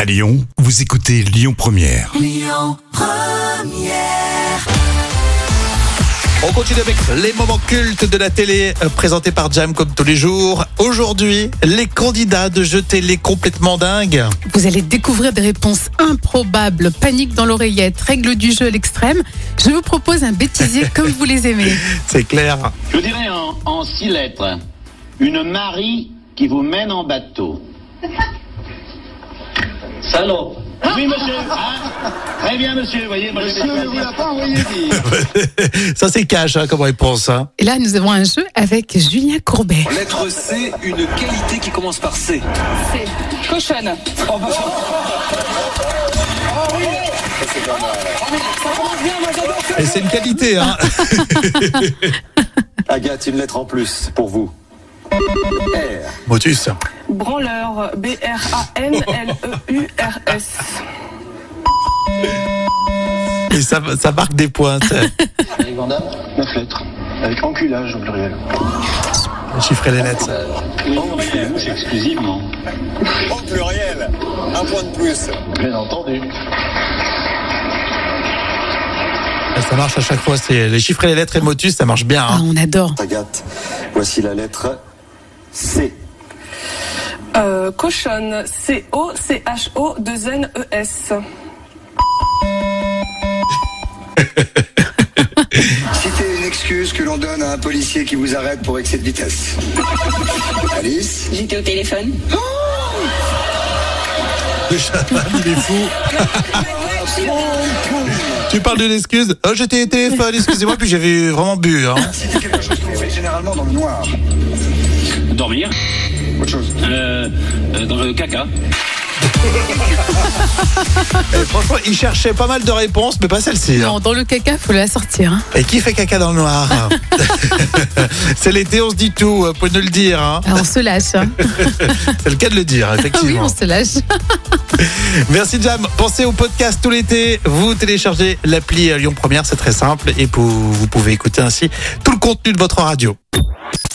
À Lyon, vous écoutez Lyon Première. On continue avec les moments cultes de la télé euh, présentés par Jam comme tous les jours. Aujourd'hui, les candidats de jeter les complètement dingues. Vous allez découvrir des réponses improbables, panique dans l'oreillette, règles du jeu à l'extrême. Je vous propose un bêtisier comme vous les aimez. C'est clair. Je dirais en, en six lettres. Une Marie qui vous mène en bateau. Salaud. Oui, monsieur. Ah, très bien, monsieur. Voyez, moi, monsieur ne vous l'a pas envoyé dire. Ça, c'est cash hein, comme réponse. hein. Et là, nous avons un jeu avec Julien Courbet. Lettre C, une qualité qui commence par C. Cochonne. Et c'est une qualité. Hein. Agathe, une lettre en plus pour vous. Motus. Branleur. E B-R-A-N-L-E-U-R-S. Et ça, ça marque des points. ça. Avec Vandamme, neuf lettres. Avec enculage au pluriel. Chiffrer les lettres. ça. Enculage exclusivement. Au pluriel, un point de plus. Bien entendu. Ça marche à chaque fois. C'est les chiffres et les lettres et Motus, ça marche bien. Ah, hein. on adore. Agathe, voici la lettre C. Euh, cochonne. E C-O-C-H-O-2-N-E-S. Citez une excuse que l'on donne à un policier qui vous arrête pour excès de vitesse. Alice J'étais au téléphone. Le chaman, Ah, il est fou. Tu parles d'une excuse oh, J'étais au téléphone, excusez-moi, puis j'avais vraiment bu. Hein. Citez quelque chose qu'on fait généralement dans le noir. Dormir Autre chose. euh, euh, Dans le caca. Et franchement, il cherchait pas mal de réponses, mais pas celle-ci. hein. Non, dans le caca, faut la sortir. hein. Et qui fait caca dans le noir C'est l'été, on se dit tout, euh, pouvez nous le dire. hein. Ah, on se lâche. hein. C'est le cas de le dire, Ah oui, effectivement. on se lâche. Merci Jam. Pensez au podcast tout l'été. Vous téléchargez l'appli euh, Lyon Première, c'est très simple. Et pou- vous pouvez écouter ainsi tout le contenu de votre radio.